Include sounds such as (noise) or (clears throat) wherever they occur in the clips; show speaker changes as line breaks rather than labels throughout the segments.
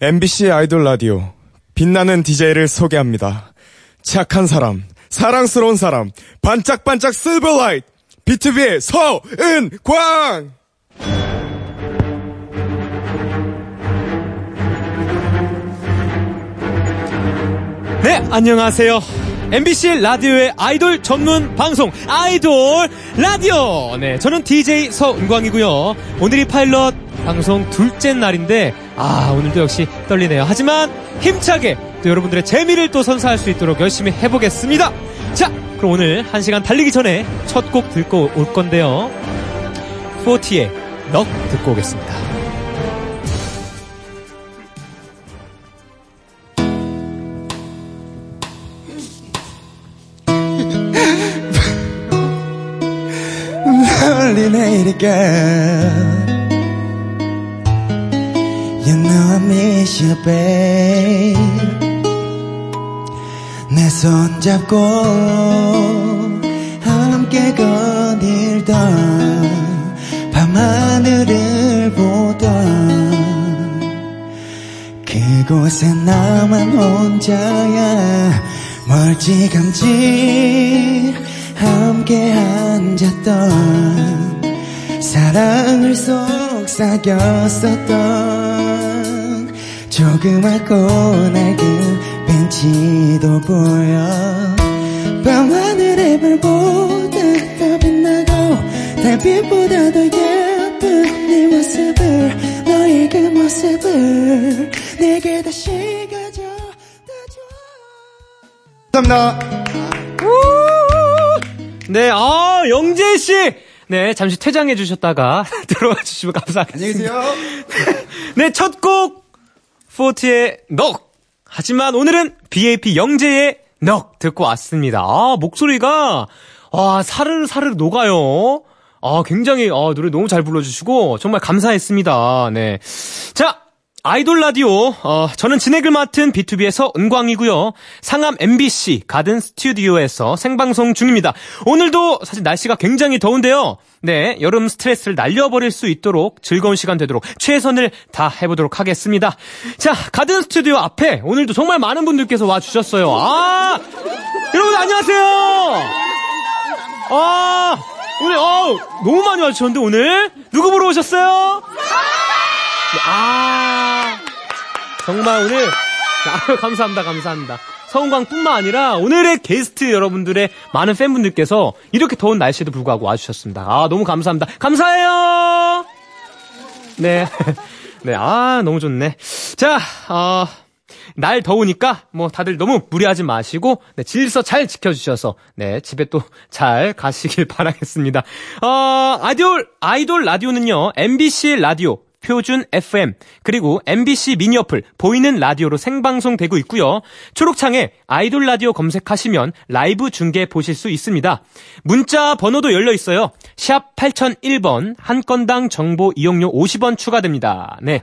MBC 아이돌 라디오 빛나는 DJ를 소개합니다. 착한 사람, 사랑스러운 사람, 반짝반짝 실버라이트 B2B의 서은광.
네, 안녕하세요. MBC 라디오의 아이돌 전문 방송 아이돌 라디오. 네, 저는 DJ 서은광이고요. 오늘이 파일럿 방송 둘째 날인데 아, 오늘도 역시 떨리네요. 하지만 힘차게 또 여러분들의 재미를 또 선사할 수 있도록 열심히 해 보겠습니다. 자, 그럼 오늘 한시간 달리기 전에 첫 곡 듣고 올 건데요. 40의 넉 듣고 오겠습니다.
lonely lady girl. You know I miss you, babe. 내 손 잡고 함께 거닐던 밤하늘을 보던 그곳에 나만 혼자야 멀찌감치 함께 앉았던 사랑을 속삭였었던 조그맣고 낡은 벤치도 보여 밤하늘의 별보다 더 빛나고 달빛보다 더 예쁜 네 모습을 너의 그 모습을 내게 다시 가져다줘
감사합니다.
네, 아, 영재 씨! 네, 잠시 퇴장해 주셨다가 (laughs) 들어와 주시면 감사하겠습니다. 네, 첫 곡, 포트의 넉! 하지만 오늘은 BAP 영재의 넉! 듣고 왔습니다. 아, 목소리가, 아, 사르르 사르르 녹아요. 아, 굉장히, 아, 노래 너무 잘 불러주시고, 정말 감사했습니다. 네. 자! 아이돌 라디오, 어, 저는 진행을 맡은 B2B에서 은광이고요. 상암 MBC 가든 스튜디오에서 생방송 중입니다. 오늘도 사실 날씨가 굉장히 더운데요. 네, 여름 스트레스를 날려버릴 수 있도록 즐거운 시간 되도록 최선을 다 해보도록 하겠습니다. 자, 가든 스튜디오 앞에 오늘도 정말 많은 분들께서 와주셨어요. 아! 여러분 안녕하세요! 아! 오늘, 어 너무 많이 와주셨는데 오늘? 누구 보러 오셨어요? 아 정말 오늘 아유 감사합니다 감사합니다 서운광뿐만 아니라 오늘의 게스트 여러분들의 많은 팬분들께서 이렇게 더운 날씨에도 불구하고 와주셨습니다 아 너무 감사합니다 감사해요 네. (laughs) 네네아 너무 좋네 어, 자어날 더우니까 뭐 다들 너무 무리하지 마시고 네, 질서 잘 지켜주셔서 네 집에 또 잘 가시길 (laughs) 바라겠습니다 어 아이돌 아이돌 라디오는요 MBC 라디오 표준 FM 그리고 MBC 미니 어플 보이는 라디오로 생방송되고 있고요. 초록창에 아이돌 라디오 검색하시면 라이브 중계 보실 수 있습니다. 문자 번호도 열려 있어요. 샵 8001번 한 건당 정보 이용료 50원 추가됩니다. 네.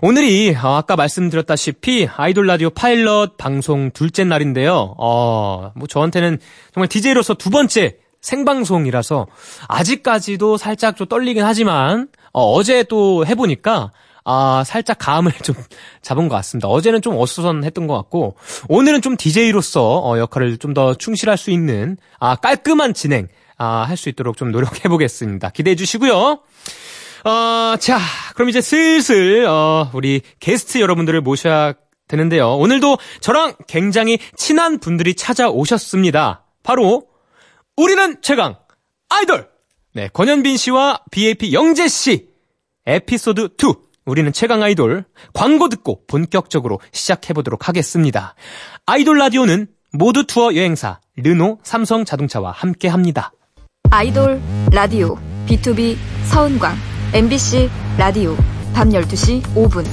오늘이 어, 아까 말씀드렸다시피 아이돌 라디오 파일럿 방송 둘째 날인데요. 어, 뭐 저한테는 정말 DJ로서 두 번째 생방송이라서 아직까지도 살짝 좀 떨리긴 하지만 어, 제또 해보니까 아 살짝 감을 (laughs) 좀 잡은 것 같습니다. 어제는 좀 어수선했던 것 같고 오늘은 좀 DJ로서 어, 역할을 좀 더 충실할 수 있는 아 깔끔한 진행 아, 할 수 있도록 좀 노력해 보겠습니다. 기대해 주시고요. 어, 자, 그럼 이제 슬슬, 어, 우리 게스트 여러분들을 모셔야 되는데요. 오늘도 저랑 굉장히 친한 분들이 찾아오셨습니다. 바로, 우리는 최강, 아이돌! 네, 권현빈 씨와 BAP 영재 씨, 에피소드 2. 우리는 최강 아이돌 광고 듣고 본격적으로 시작해 보도록 하겠습니다. 아이돌 라디오는 모두 투어 여행사 르노 삼성 자동차와 함께 합니다.
아이돌 라디오 B2B 서은광 MBC 라디오 밤 12시 5분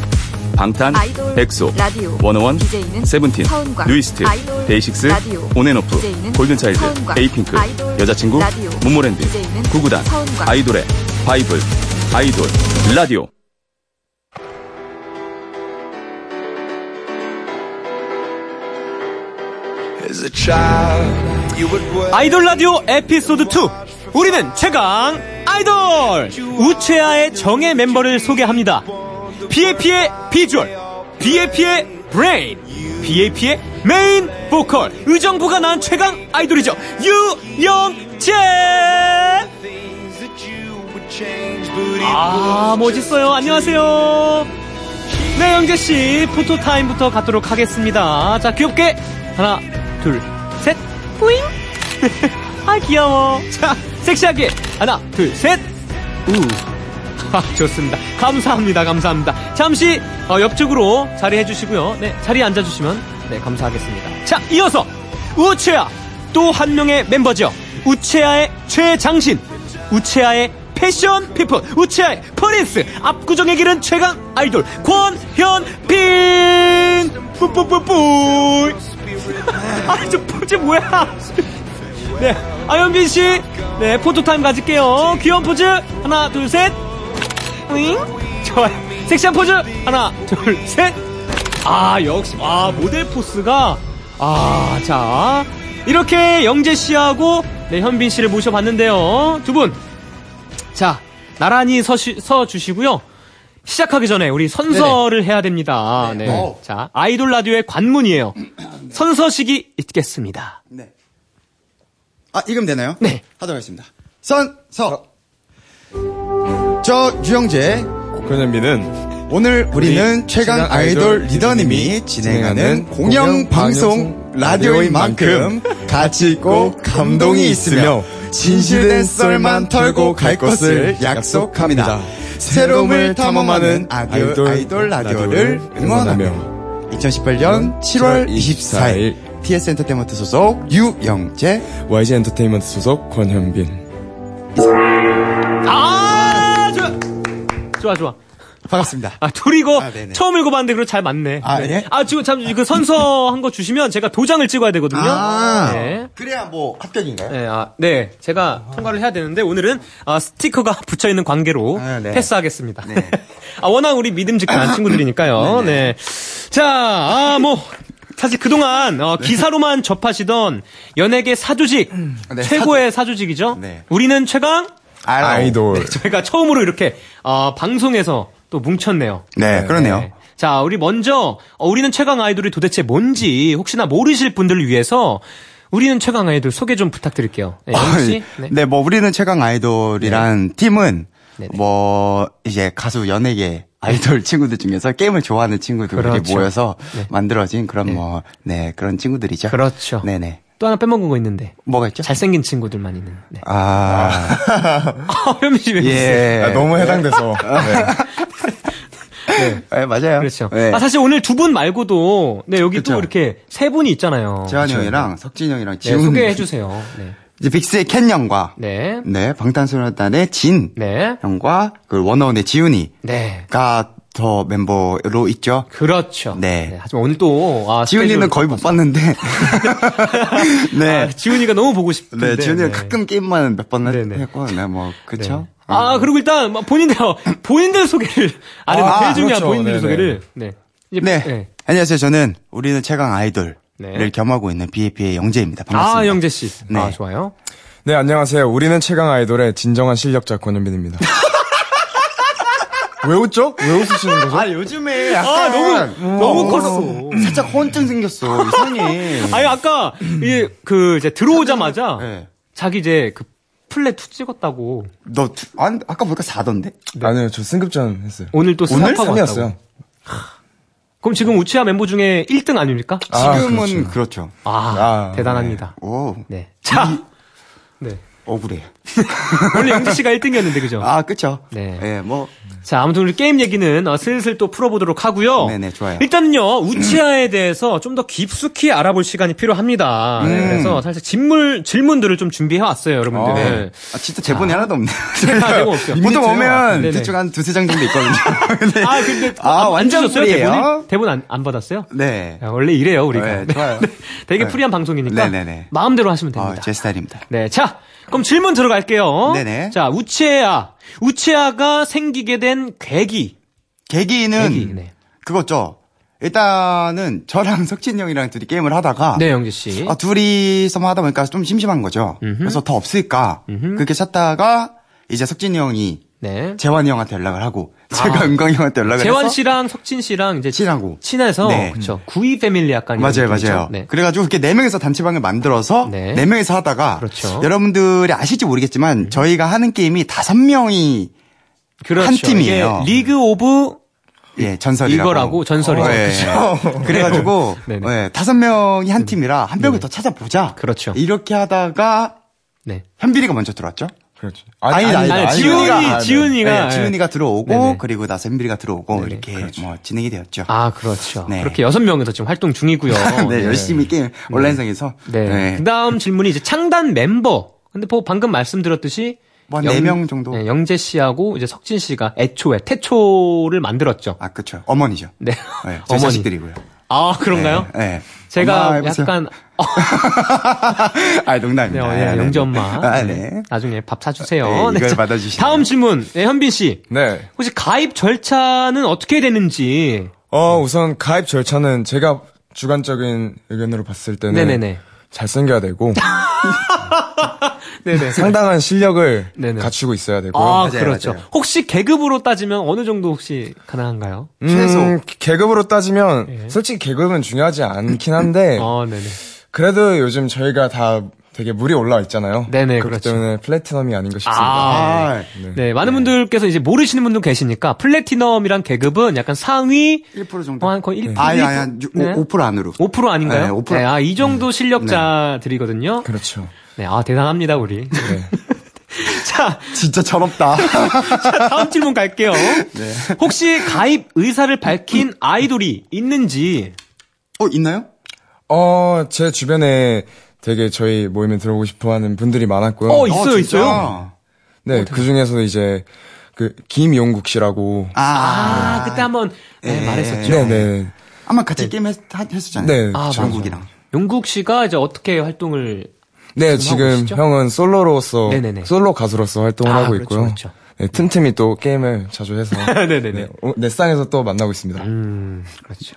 방탄,
아이돌
엑소,
라디오
원어원,
DJ는
세븐틴,
서은광
뉴이스트,
아이돌
데이식스,
라디오
온앤오프,
DJ는
골든차일드,
서은광
에이핑크,
아이돌
여자친구,
라디오
문모랜드,
DJ는
구구단,
서은광
아이돌의 바이블, 아이돌, 라디오.
아이돌 라디오 에피소드 2 우리는 최강 아이돌 우체아의 정예 멤버를 소개합니다 BAP의 비주얼, BAP의 브레인, BAP의 메인 보컬, 의정부가 낳은 최강 아이돌이죠. 유영재! 아, 멋있어요. 안녕하세요. 네, 영재씨, 포토타임부터 갖도록 하겠습니다. 자, 귀엽게. 하나, 둘, 셋, 뿌잉! 아, 귀여워. 자, 섹시하게. 하나, 둘, 셋, 우. 아, 좋습니다. 감사합니다. 감사합니다. 잠시 어, 옆쪽으로 자리해 주시고요. 네, 자리에 앉아 주시면 네, 감사하겠습니다. 자, 이어서 우체아 또 한 명의 멤버죠. 우체아의 최장신, 우체아의 패션 피플, 우체아의 프린스, 압구정의 길은 최강 아이돌 권현빈 뿌뿌뿌뿌. 아, 저 포즈 뭐야? 네, 아현빈 씨, 네 포토 타임 가질게요. 귀여운 포즈 하나, 둘, 셋. 잉? 좋아요. 섹시한 포즈 하나 둘 셋. 아 역시 아 모델 포스가 아 자 이렇게 영재 씨하고 네 현빈 씨를 모셔봤는데요 두 분 자 나란히 서시, 서 주시고요. 시작하기 전에 우리 선서를 해야 됩니다. 네. 자, 아이돌 라디오의 관문이에요. 선서식이 있겠습니다.
네. 아, 이금 되나요?
네.
하도록 하겠습니다. 선, 서. 저, 유영재.
권현빈은
오늘 우리는 최강
최강
아이돌
아이돌
리더님이
리더님이
진행하는
진행하는
공영
공영
방송
방송 라디오인
라디오인 만큼 가치 있고 감동이 있으며 진실된 썰만 털고 갈 것을 약속합니다. 새로움을 탐험하는 아이돌, 아이돌 라디오를 응원하며 2018년 7월 24일 TS 엔터테인먼트 소속 유영재
YG 엔터테인먼트 소속 권현빈.
아, 좋아. 좋아, 좋아.
반갑습니다.
아, 둘이 이거
아, 네네.
처음 읽어봤는데 그래도 잘 맞네.
아,
네.
예?
아, 지금 참, 그 선서 한 거 주시면 제가 도장을 찍어야 되거든요.
아,
네.
그래야 뭐 합격인가요?
네, 아, 네. 제가 통과를 해야 되는데 오늘은 아, 스티커가 (laughs) 붙어 있는 관계로
아, 네.
패스하겠습니다.
네.
(laughs) 아, 워낙 우리
(laughs)
믿음직한 친구들이니까요. 네. 자, 아, 뭐 사실 그동안 어, 기사로만 접하시던 연예계 사조직
네,
최고의 사조... 직이죠
네.
우리는 최강
아이돌.
저희가 처음으로 이렇게 어, 방송에서 또 뭉쳤네요.
네, 그러네요.
네. 자, 우리 먼저 어, 우리는 최강 아이돌이 도대체 뭔지 혹시나 모르실 분들을 위해서 우리는 최강 아이돌 소개 좀 부탁드릴게요. 네, 영희 씨?
네.
네.
뭐 우리는 최강 아이돌이란 팀은
네네.
뭐 이제 가수 연예계 아이돌 (laughs) 친구들 중에서 게임을 좋아하는 친구들이
그렇죠.
모여서 만들어진 그런 뭐 네 그런 친구들이죠.
그렇죠.
네네.
또 하나 빼먹은 거 있는데.
뭐가 있죠?
잘생긴 친구들만 있는. 네. (laughs)
아,
현미 씨왜 웃으세요?
예.
아, 너무 해당돼서. 네.
예, 맞아요.
그렇죠.
네.
아, 사실 오늘 두 분 말고도 네, 여기 또
그렇죠.
이렇게 세 분이 있잖아요.
재환이 형이랑 석진 형이랑
네,
지훈
소개해 주세요. 네.
이제 빅스의 켄 형과 네,
네.
방탄소년단의 진
네.
형과 그 원어원의 지훈이가
네.
더 멤버로 있죠.
그렇죠.
네.
하지만 오늘 또 아,
지훈이는
스케줄-
거의 못
(laughs)
봤는데. 네.
아, 지훈이가 너무 보고 싶은데.
네, 지훈이는
네.
가끔 게임만 몇 번
네, 네.
했고, 네, 뭐, 그쵸?
네. 아, 그리고 일단 뭐 본인들 (laughs) 본인들 소개를 안 해도
아,
제일 중요한
그렇죠.
본인들
네네.
소개를. 네. 이제-
네.
네.
안녕하세요. 저는 우리는 최강 아이돌을
네.
겸하고 있는 BAP의 영재입니다. 반갑습니다.
아, 영재 씨.
네.
아, 좋아요.
네, 안녕하세요. 우리는 최강 아이돌의 진정한 실력자 권현빈입니다. 왜 웃죠? 왜 웃으시는 거죠?
아, 요즘에 약간.
아, 너무
네.
너무 컸어.
음, 살짝 혼증 생겼어, 이상해.
(laughs) 아니 아까 이그 이제 들어오자마자
네.
자기 이제 그 플랫 투 찍었다고
너, 두- 안- 아까 보니까 4던데?
아니요, 저 승급전 했어요.
오늘 또
오늘
스탑하고
3이었어요.
왔다고. 그럼 지금 우치아 멤버 중에 1등 아닙니까?
아,
지금은 그렇죠.
아,
아,
대단합니다.
오,
네. 자. 네.
억울해.
원래 영재 씨가 1등이었는데 그죠?
아, 그쵸?
네.
예, 뭐,
자, 아무튼 우리 게임 얘기는 어, 슬슬 또 풀어보도록 하고요.
네네, 좋아요.
일단은요, 우치아에 대해서 좀 더 깊숙이 알아볼 시간이 필요합니다.
음.
네, 그래서 사실 질문, 질문들을 좀 준비해왔어요, 여러분들. 네.
아, 진짜 제본이 하나도
(laughs)
없네.
아, 제본 없어요.
보통 오면
네네.
대충 한 두세 장 정도 있거든요.
(laughs)
근데-
아, 근데
아,
안
완전
주셨어요,
풀이에요?
대본을? 대본 안, 안 받았어요?
네.
야, 원래 이래요, 우리가. (laughs)
네, 좋아요.
되게
네.
프리한 방송이니까
네네네.
마음대로 하시면
어,
됩니다.
제 스타일입니다.
네, 자, 그럼 질문 들어갈게요.
네네.
자, 우체아. 우체아가 생기게 된 계기.
계기는
계기, 네.
그거죠. 일단은 저랑 (laughs) 석진 형이랑 둘이 게임을 하다가
네, 영재 씨.
아, 둘이서만 하다 보니까 좀 심심한 거죠. 그래서 더 없을까 그렇게 찾다가 이제 석진 형이
네.
재환이 형한테 연락을 하고 제가 은광이 형한테 연락을
아. 재환
해서
씨랑 석진 씨랑 이제
친하고.
친해서
네.
그쵸 구이 패밀리 약간 이런
맞아요,
느낌이죠.
맞아요.
네.
그래가지고 이렇게 네 명이서 단체방을 만들어서
네.
네, 명이서 하다가
그렇죠.
여러분들이 아실지 모르겠지만 저희가 하는 게임이 다섯 명이
그렇죠.
한 팀이에요.
이게 리그 오브
예, 전설이라고. 어, 예,
이거라고 전설이죠.
(laughs) 그래 가지고
네네. 네.
예, 다섯 명이 한 팀이라 한 명을 더 찾아보자.
그렇죠.
이렇게 하다가
네.
현빈이가 먼저 들어왔죠.
그렇죠.
아니다, 아니다.
아니, 네.
지훈이가-
지훈이 지훈이가
예, 지훈이가 들어오고
네네. 네, 그렇죠.
그리고 나서 현빈이가 들어오고 이렇게 뭐 진행이 되었죠.
아 그렇죠.
네.
그렇게 여섯 명에서 지금 활동 중이고요.
(laughs) 네, 열심히 게임 온라인상에서
네.
네.
그다음 질문이 이제 창단 멤버. 근데 뭐 방금 말씀드렸듯이
뭐한
영-
네명 정도?
네, 영재 씨하고 이제 석진 씨가 애초에 태초를 만들었죠.
아, 그렇죠. 어머니죠.
네.
네, 저희
(laughs) 어머니.
자식들이고요.
아 그런가요?
네, 네.
제가
엄마 해보세요.
약간 어,
(laughs) 아, 농담입니다.
네, 어,
아, 네,
네,
네.
영재 엄마.
아,
네.
네.
나중에 밥 사주세요.
네, 이걸
자,
받아주시면.
다음 질문, 네, 현빈 씨.
네.
혹시 가입 절차는 어떻게 되는지.
어, 우선 가입 절차는 제가 주관적인 의견으로 봤을 때는
네네네.
잘생겨야 되고
네네.
상당한 실력을
네네.
갖추고 있어야 되고
아
맞아요,
그렇죠.
맞아요.
혹시 계급으로 따지면 어느 정도 혹시 가능한가요?
음,
최소.
계급으로 따지면
예.
솔직히 계급은 중요하지 않긴 한데
(laughs) 어, 네네.
그래도 요즘 저희가 다 되게 물이 올라와 있잖아요.
네네,
그렇기
그렇죠.
때문에 플래티넘이 아닌가 싶습니다.
아,
아,
네. 네, 많은 분들께서 이제 모르시는 분도 계시니까 플래티넘이란 계급은 약간 상위
1% 정도.
어, 한 거의 1,
아니, 아니, 아니, 유-
네.
오- 5% 안으로.
5% 아닌가요?
네, 5%.
아, 이 정도 실력자들이거든요.
그렇죠.
네, 아, 대단합니다, 우리.
네.
(laughs) 자,
진짜 철없다. (laughs)
다음 질문 갈게요.
네.
혹시 가입 의사를 밝힌 아이돌이 있는지.
어, 있나요?
어, 제 주변에 되게 저희 모임에 들어오고 싶어 하는 분들이 많았고요.
어, 있어요,
어, 진짜?
있어요.
네, 그 중에서 이제 그 김용국 씨라고
아,
아, 그때 한번 네,
예.
말했었죠.
네, 네.
아마 같이 게임 했, 하- 했었잖아요.
네,
아,
그쵸.
정국이랑.
용국 씨가 이제 어떻게 활동을
네,
지금
지금
하고 계시죠?
형은 솔로로서
네네네.
솔로 가수로서 활동을
아,
하고
그렇죠,
있고요.
그렇죠.
네, 틈틈이 또 게임을 자주 해서
(laughs) 네네네.
네, 어, 넷상에서 또 만나고 있습니다.
음, 그렇죠.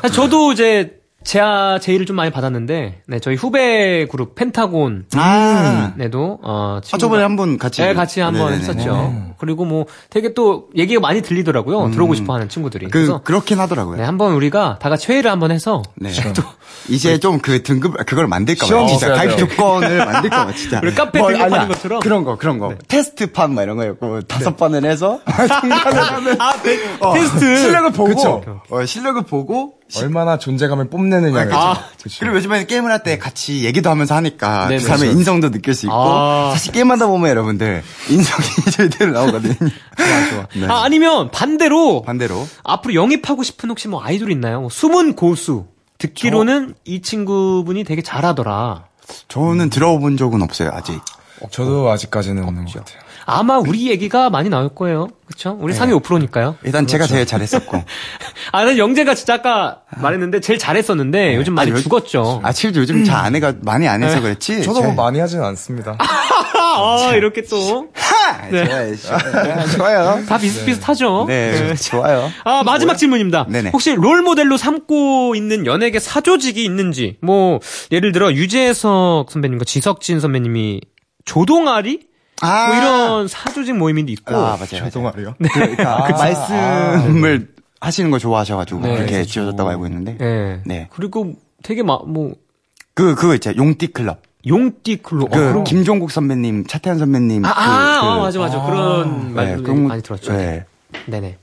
사실 저도 이제 제아 제의를 좀 많이 받았는데, 네 저희 후배 그룹 펜타곤
아,
네도 어
아,
친구가-
저번에 한 번 같이.
네, 같이 한번
네네네. 음.
했었죠. 그리고 뭐 되게 또 얘기가 많이 들리더라고요. 들어오고 싶어하는 친구들이. 그, 래
그,
서
그렇긴 하더라고요.
네, 한번 우리가 다 같이 회의를 한번 해서 (laughs)
네. (laughs) 이제 좀 그 등급 그걸 만들까
시험
봐요. 진짜
있어야
가입
돼요.
(laughs)
조건을 만들까 봐 진짜.
우리 카페
뭐,
등급하는
아니야.
것처럼? 네.
그런 거 그런 거. 테스트판 막 이런 거였고 다섯 번을
(laughs)
해서 중간에 하면
아, 네. 테스트.
실력을 보고
그쵸.
어, 실력을 보고
얼마나 존재감을 뽐내느냐.
아,
그렇죠.
그리고 요즘에는 게임을 할 때 같이 얘기도 하면서 하니까
네네.
그 사람의
그렇죠.
인성도 느낄 수 있고
아.
사실 게임하다 보면 여러분들 인성이 (laughs) 제대로 나오거든요.
좋아, 좋아.
네.
아, 아니면 반대로
반대로
앞으로 영입하고 싶은 혹시 뭐 아이돌 있나요? 뭐 숨은 고수.
어?
듣기로는 이 친구분이 되게 잘하더라.
저는 들어본 적은 없어요 아직.
저도 아직까지는 없는 것 같아요.
아마 우리 얘기가 많이 나올 거예요. 그쵸?
네.
우리 상위 5%니까요.
일단 제가 제일 잘했었고.
아, 난 영재가 진짜 아까 말했는데 제일 잘했었는데 (laughs) 요즘 많이
네. 아니, 요-
죽었죠. 네.
아, 실제 요즘 잘 안 해가, 많이 안 해서
(laughs)
그랬지?
저도 뭐
제-
많이 하진 않습니다.
아, 이렇게 또.
하!
네.
아!
어?
좋아요. 좋아요.
다 비슷비슷하죠?
네, 좋아요.
아, 마지막 질문입니다.
네네.
혹시 롤 모델로 삼고 있는 연예계 사조직이 있는지, 뭐, 예를 들어, 유재석 선배님과 지석진 선배님이 조동아리?
아,
뭐 이런 네. 사조직 모임이 있고.
아, 맞아요.
죄송하요
그러니까 그 음. 말씀을 하시는 걸 좋아하셔가지고
네,
그렇게
그렇죠.
지어졌다고 알고 있는데.
예.
네.
그리고 되게 막, 뭐,
그, 그거 있죠. 용띠 클럽.
용띠 클로.
그, 김종국 선배님, 차태현 선배님.
아,
그,
아,
그-
아, 맞아, 맞아. 그런
네,
말도
그런 거-
많이 들었죠.
네.
네. 네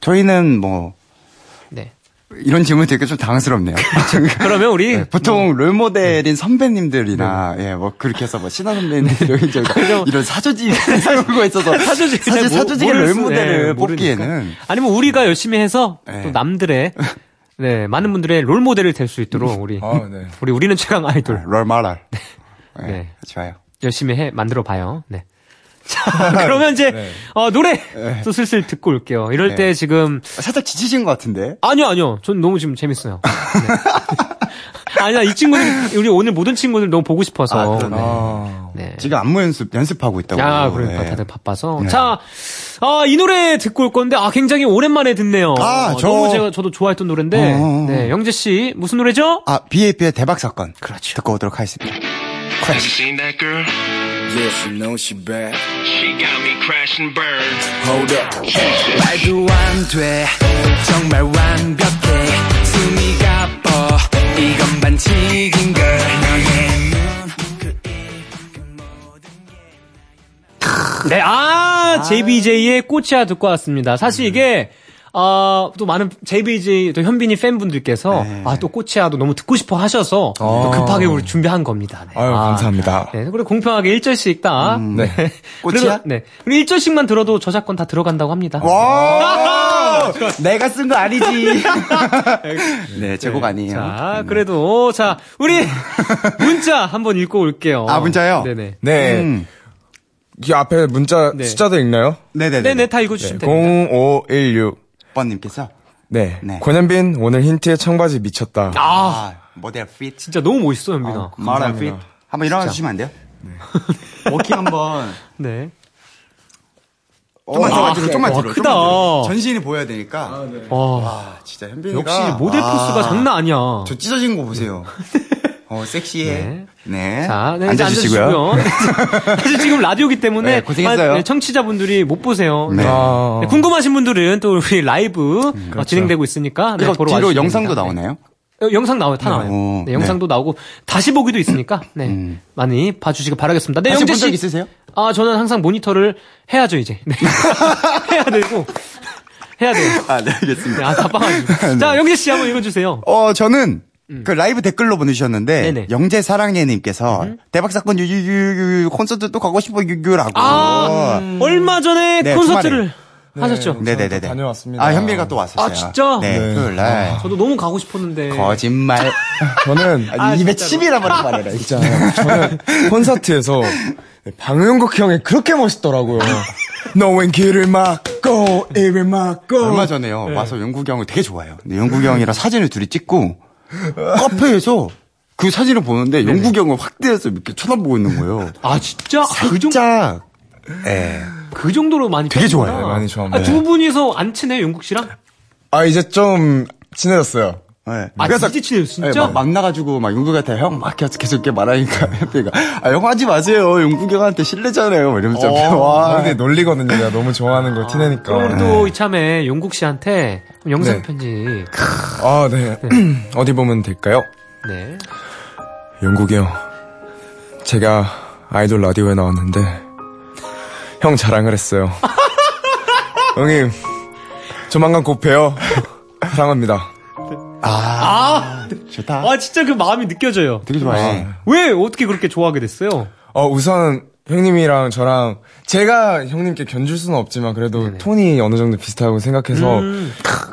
저희는 뭐, (laughs)
네.
이런 질문 되게 좀 당황스럽네요.
그렇죠, 그러면 우리.
네.
음.
보통 롤모델인 선배님들이나,
네.
예, 뭐, 그렇게 해서 뭐, 신화 선배님들, 이런,
(laughs)
저- 이런 (laughs) 사조직을 세우고 있어서.
사조직,
사실 사조직의 롤모델을
뭐 네, 모르니까.
뽑기에는.
아니면 우리가 열심히 해서
네.
또 남들의 네 많은 분들의 롤 모델이 될 수 있도록 우리
아, 네.
우리 우리는 최강
네.
아이돌
롤마랄. 예,
네.
좋아요.
열심히 해 만들어 봐요.
(laughs)
네. 자 그러면 이제
네.
어, 노래 또 슬슬 듣고 올게요. 이럴
네.
때 지금
살짝 지치신 것 같은데.
아니요 아니요 전 너무 지금 재밌어요. 네. (laughs) 아니야 이 친구는 우리 오늘 모든 친구들 너무 보고 싶어서
아, 그러네.
아,
네.
지금 안무 연습 연습하고 있다고.
야, 그러니까
예.
다들 바빠서.
네.
자, 아, 이 노래 듣고 올 건데, 아, 굉장히 오랜만에 듣네요.
아,
어,
저-
너무 제가, 저도 좋아했던 노래인데,
어, 아, 어, 어.
네, 영재씨, 무슨 노래죠?
아, BAP의 대박 사건. 그렇죠. 듣고 오도록 하겠습니다.
You seen that girl?
Yeah, she knows she bad.
She got me crashing birds.
Hold up. 말도 안 돼. 정말 완벽해. 숨이 가뻐. 이건 반칙인 걸. 너의 눈.
그-
네, 아, JBJ의 꽃이야 듣고 왔습니다. 사실
네.
이게, 아, 또 많은 JBJ, 또 현빈이 팬분들께서,
네.
아, 또 꽃이야도 너무 듣고 싶어 하셔서,
아.
또 급하게 우리 준비한 겁니다. 네.
아유,
아,
감사합니다.
네, 그리고 공평하게 1절씩 딱.
네.
음, 꽃이야?
그리고, 네. 우리 1절씩만 들어도 저작권 다 들어간다고 합니다. (laughs)
와! 내가 쓴 거 아니지. (laughs) 네, 제 곡 아니에요.
자, 그래도, 자,
(laughs)
우리 문자 한번 읽고 올게요.
아, 문자요?
네네.
네.
음.
이 앞에 문자
네.
숫자도 읽나요?
네네네.
네네, 다 읽어주시면 됩니다.
0516.
번님께서
네.
네.
권현빈, 오늘 흰티에 청바지 미쳤다.
아,
아, 모델 핏.
진짜 너무 멋있어, 현빈아.
모델 핏. 한번 일어나 주시면 안 돼요? 네. 워킹 한번
네.
(laughs) 좀만 들어, 뒤로, 좀만
와,
들어.
크다.
전신이 보여야 되니까.
와.
아, 진짜 현빈이가
역시 모델 포스가 장난 아니야.
저 찢어진
(laughs)
거 보세요. 어, 섹시해.
네.
네.
자, 네, 이제
앉아주시고요.
앉아주시고요. (laughs)
(laughs)
사실 지금 라디오기 때문에
네, 고생했어요.
네, 청취자분들이 못 보세요.
네.
아.
네, 궁금하신 분들은 또 우리 라이브 어, 진행되고 있으니까 네,
이거
보러
그렇죠. 뒤로
와주시면
영상도
됩니다.
나오나요?
네. 어, 영상 나와요, 다 나와요.
오,
네, 영상도 나오고 다시 보기도 있으니까 네, 많이 봐주시기 바라겠습니다. 네,
음. 다시
영재
본적
씨
있으세요?
아, 저는 항상 모니터를 해야죠 이제. 네. (laughs) 해야 되고 해야 돼요.
아, 네, 알겠습니다.
네, 아,
(laughs)
답답하죠. 자, 영재 씨 한번 읽어주세요.
어, 저는 그 라이브 댓글로 보내주셨는데
음. 네네.
영재 사랑예님께서 대박 사건 유유유 콘서트 또 가고 싶어 유유라고.
아, 얼마 전에
음. 네,
콘서트를
주말에.
하셨죠?
네네네네.
음. 저도 다녀왔습니다.
아 현빈이가 또 왔었어요.
아, 진짜?
네,
네.
토요일 날.
저도 너무 가고 싶었는데.
거짓말.
저는,
아, 입에 침이라 버리고 말해라.
(laughs) 진짜, 저는 콘서트에서 방영국 형이 그렇게 멋있더라고요. 너웬 길을 막고, 입을 막고.
얼마 전에요.
네.
와서 영국이 형을 되게 좋아해요. 근데 영국이 형이랑 사진을 둘이 찍고 카페에서 그 사진을 보는데 영국이 형을 확대해서 이렇게 쳐다보고 있는 거예요.
아, 진짜? 아, 그, 정,
진짜 예.
그 정도로 많이.
되게
떴구나.
좋아요.
네, 많이 좋아합니다.
아, 두 분이서 안 친해요, 용국 씨랑?
아, 이제 좀 친해졌어요.
네.
아, 진짜 친해요, 진짜?
예, 막, 막 나가지고, 막, 용국 한테 형, 막 계속 계속 이렇게 말하니까, (laughs) 혜피가, 아, 형 하지 마세요. 용국 형한테 실례잖아요. 막 이러면서,
(laughs)
어,
아,
(laughs) 와.
근데 놀리거든요. 내가 너무 좋아하는 걸 티내니까.
그럼 우리
어, 네.
또 이참에 용국 씨한테 영상
네.
편지.
아, 네. (clears throat) 어디 보면 될까요?
네.
영국이요. 제가 아이돌 라디오에 나왔는데 형 자랑을 (laughs) 했어요. 형님 조만간 곧 봬요. 사랑합니다.
아, 좋다.
아, 진짜 그 마음이 느껴져요.
되게 좋아해.
왜, 어떻게 그렇게 좋아하게 됐어요?
어 우선 형님이랑 저랑 제가 형님께 견줄 수는 없지만 그래도 톤이 어느 정도 비슷하고 생각해서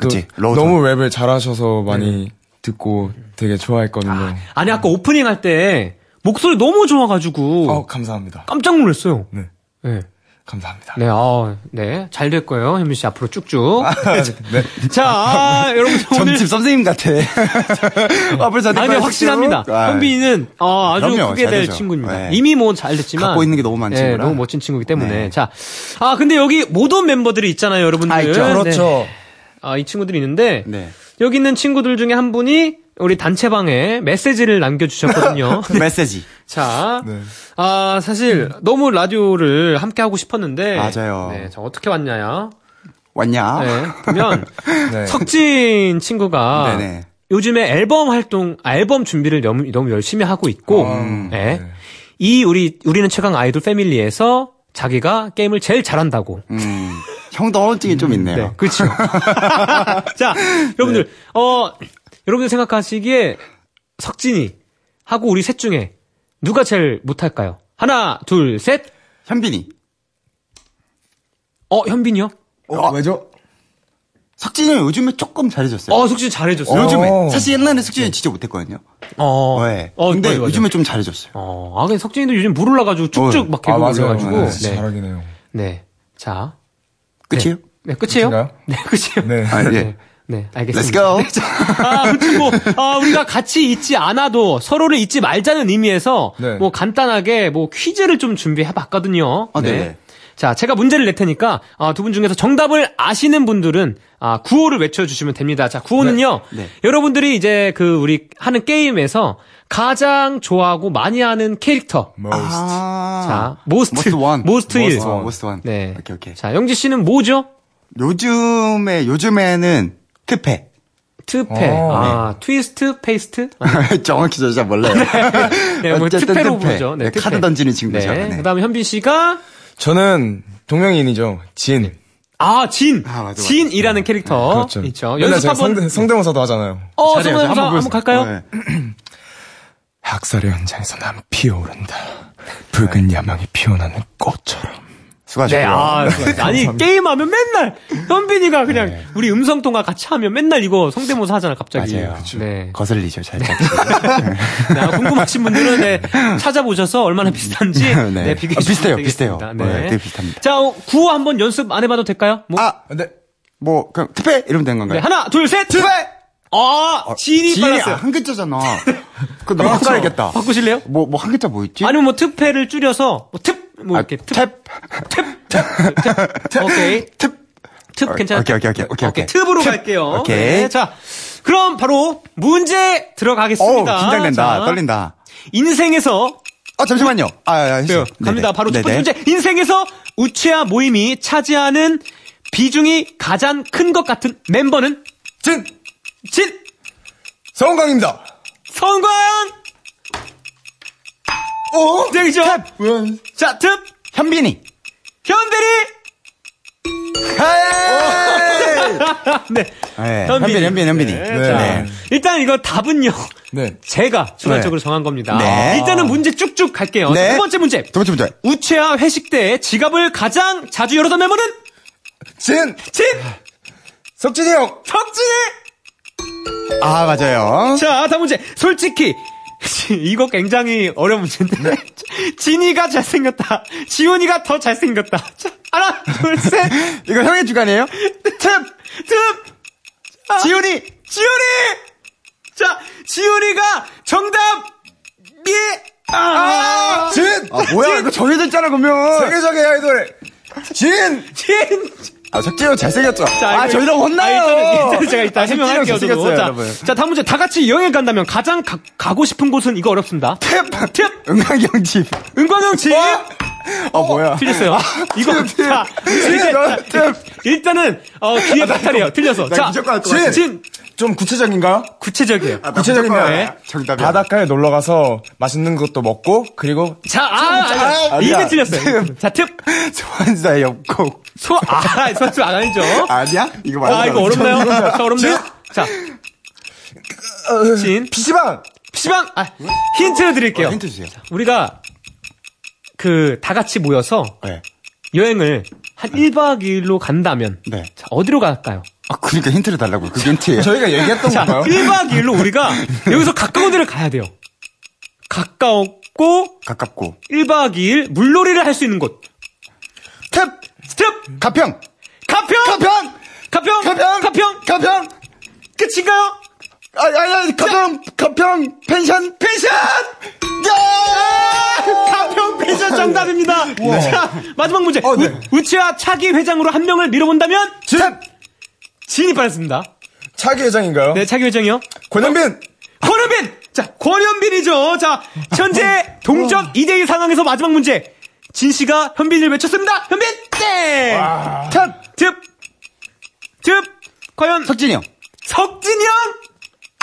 또
그치, 로우 톤.
너무 랩을 잘하셔서 많이 듣고 되게 네. 좋아했거든요.
아니, 아까 오프닝 할 때 목소리 너무 좋아가지고
그
어 감사합니다.
깜짝 놀랐어요.
네
네.
감사합니다.
네, 아, 네. 잘 될 거예요. 현민 씨 앞으로 쭉쭉.
아,
네.
(laughs) 자, 아, 여러분 오늘
점집 선생님
(laughs)
같아. 아, 벌써
아니, 근데
대박이죠?
확실합니다.
아,
현빈이는 어, 아주
그럼요,
크게
잘
될
되죠.
친구입니다.
네.
이미 뭐 잘 됐지만
갖고 있는 게 너무 많은
예,
친구라.
너무 멋진 친구이기 때문에
네.
자, 아 근데 여기 모던 멤버들이 있잖아요, 여러분들.
아, 있죠.
네.
그렇죠.
아, 이 친구들이 있는데
네.
여기 있는 친구들 중에 한 분이 우리 단체방에 메시지를
(laughs)
남겨주셨거든요.
그 메시지.
자,
네.
아 사실 너무 라디오를 함께 하고 싶었는데
맞아요. 아.
네, 저 어떻게 왔냐요?
왔냐?
네,
(laughs)
보면
네.
석진 친구가
네네.
요즘에 앨범 활동, 아, 앨범 준비를 너무, 너무 열심히 하고 있고,
음.
예.
네.
이 우리 우리는 최강 아이돌 패밀리에서 자기가 게임을 제일 잘한다고.
음, 형도 허언증이 좀 있네요.
네, 그렇죠. (laughs) 자, 여러분들, 어, 여러분들 생각하시기에 석진이 하고 우리 셋 중에 누가 제일 못할까요? 하나, 둘, 셋.
현빈이.
어, 현빈이요?
어, 왜죠?
석진이 형 요즘에 조금 잘해졌어요.
어, 석진 잘해줬어요.
요즘에. 사실 옛날에 석진이 진짜 못했거든요.
어,
네.
어,
근데
맞아, 맞아.
요즘에 좀 잘해졌어요.
어, 아, 근데 석진이도 요즘 물 올라가지고 쭉쭉
어,
막
아
계속
맞아요.
올라가지고.
네, 진짜 잘하긴 해요.
네. 자.
끝이에요?
네, 끝이에요?
끝인가요?
네, 끝이에요.
네.
아,
(laughs) 네.
예.
네,
Let's
알겠습니다.
go.
아, 아무튼 뭐, 아, 우리가 같이 잊지 않아도 서로를 잊지 말자는 의미에서
네.
뭐 간단하게 뭐 퀴즈를 좀 준비해 봤거든요.
아, 네네.
자, 제가 문제를 낼 테니까 아, 두 분 중에서 정답을 아시는 분들은 아, 구호를 외쳐주시면 됩니다. 자, 구호는요.
네.
여러분들이 이제 그 우리 하는 게임에서 가장 좋아하고 많이 하는 캐릭터.
아,
자, most
most one.
most 일.
most one, most one.
네.
오케이, 오케이.
자, 영지 씨는 뭐죠?
요즘에 요즘에는 트패. 네.
트페.
어,
아, 트위스트, 페이스트.
(laughs) 정확히 저잘 몰라요.
네, 뭐
어쨌든
트페로
트패.
부르죠.
네,
트페.
카드 던지는 친구죠.
네.
네.
그다음에 현빈 씨가
저는 동명이인이죠. 진.
아, 진.
아, 맞아, 맞아. 네,
진이라는 캐릭터
그렇죠.
어? 있죠.
맨날
연습
제가
한번
성대, 성대모사도 하잖아요.
어,
잘해요.
성대모사 한번,
보여주세요.
갈까요?
네.
학살의 현장에서 난 피어오른다. 붉은 야망이 피어나는 꽃처럼.
네,
수고하셨고요.
아, 아니 게임하면 맨날 현빈이가 그냥 우리 음성 통화 같이 하면 맨날 이거 성대모사 하잖아 갑자기.
네. 맞아요. 그쵸.
네.
거슬리죠, 살짝.
네, 아, 궁금하신 분들은 네, 찾아보셔서 얼마나 비슷한지 네,
음. (laughs) 네.
비교해
아, 비슷해요,
주시면
비슷해요.
되겠습니다.
네, 되게 비슷합니다.
자, 어, 구호 한번 연습 안 해봐도 될까요? 뭐,
아,
네.
뭐 그럼 트패 이러면 된
네,
건가요?
하나, 둘, 셋.
트패.
아, 진이 빨랐어요. (laughs)
한 글자잖아. 그거 너무
그렇죠.
헷갈리겠다.
바꾸실래요?
뭐 뭐 한 글자 뭐 있지?
아니면 뭐 특패를 줄여서 뭐 특, 뭐
아,
이렇게 특,
탭.
특, 오케이.
탭.
특
어,
괜찮아요?
오케이, 오케이, 오케이, 오케이, 오케이.
팁으로
팁.
갈게요.
오케이.
네, 자, 그럼 바로 문제
어,
들어가겠습니다.
긴장된다.
자,
떨린다.
인생에서
아 잠시만요. 아, 아, 아
네, 갑니다. 바로 첫 번째 문제. 인생에서 우체화 모임이 차지하는 비중이 가장 큰 것 같은 멤버는
진!
진
서은광입니다.
성광.
오,
되죠?
원.
네, 자, 팁
현빈이.
현대리. 네. 현빈이.
네, 현빈, 현빈, 현빈이.
네, 자,
네.
일단 이거 답은요.
네.
제가 주관적으로 정한 겁니다.
네.
일단은 문제 쭉쭉 갈게요.
네.
자, 두 번째 문제.
두 번째 문제.
우체와 회식 때 지갑을 가장 자주 열었던 멤버는
진!
진
석진이 형!
혁진이.
아, 맞아요.
자, 다음 문제. 솔직히 (laughs) 이거 굉장히 어려운 문제인데
네.
(laughs) 진이가 잘생겼다. 지훈이가 더 잘생겼다. 자, 하나, 둘, 셋,
이거 형의 주관이에요?
틈, 틈. 자,
지훈이.
지훈이. 자, 지훈이가 정답. 미. 아,
진!
아, 뭐야, 이거 정해져 있잖아, 그러면.
세계적인 아이돌! 진!
진.
아, 석진이 형 잘생겼죠?
자,
아,
이거-
저희랑 혼나요.
아, 일단은, 일단은 제가 일단
아, 석진이 형
해명할게요. 저도.
잘생겼어요,
자,
여러분.
자, 다음 문제. 다 같이 여행을 간다면 가장 가, 고 싶은 곳은 이거 어렵습니다.
탭! 탭! 은광경 집.
은광형 집!
어, 뭐야.
틀렸어요. 이거, 자, 이제,
너
자, 일단은, 어, 기회 박탈이에요. 틀렸어.
아, 나
자,
무조건 할것
진,
같아. 아,
진,
좀 구체적인가요?
구체적이에요.
어,
구체적이네요.
네.
정답이야.
바닷가에 놀러 가서 맛있는 것도 먹고 그리고
자, 아, 아,
아,
이제
아니야.
틀렸어요. 자, 팁.
소환사 옆곡.
소, 아, 소주 안 아니죠.
아니야? 이거 맞아.
아, 이거 어렵나요? 자,
(laughs)
어렵나요? 자, 진,
PC방
PC방! 아, 힌트 드릴게요.
힌트 주세요.
우리가, 그, 다 같이 모여서
네.
여행을 한 1박 2일로 간다면,
네.
자, 어디로 갈까요?
아, 그러니까 힌트를 달라고. 그게 힌트예요.
저희가
(laughs)
얘기했던
자,
건가요?
1박 2일로 우리가 여기서 가까운 데를 가야 돼요. 가까웠고,
가깝고.
1박 2일 물놀이를 할 수 있는 곳.
탭!
스텝!
가평!
가평!
가평!
가평!
가평!
가평!
가평!
끝인가요?
아, 아, 아, 가평! 가평! 펜션! 펜션!
가평 패션 정답입니다.
(laughs)
자, 마지막 문제.
어, 네.
우, 치와 차기 회장으로 한 명을 밀어본다면?
진!
진이 빠졌습니다.
차기 회장인가요?
네, 차기 회장이요.
권현빈!
권현빈! 자, 권현빈이죠. 자,
어,
현재 동점 2대2 상황에서 마지막 문제. 진 씨가 현빈을 외쳤습니다. 현빈! 땡!
탭!
득! 득! 과연
석진이 형.
석진이 형!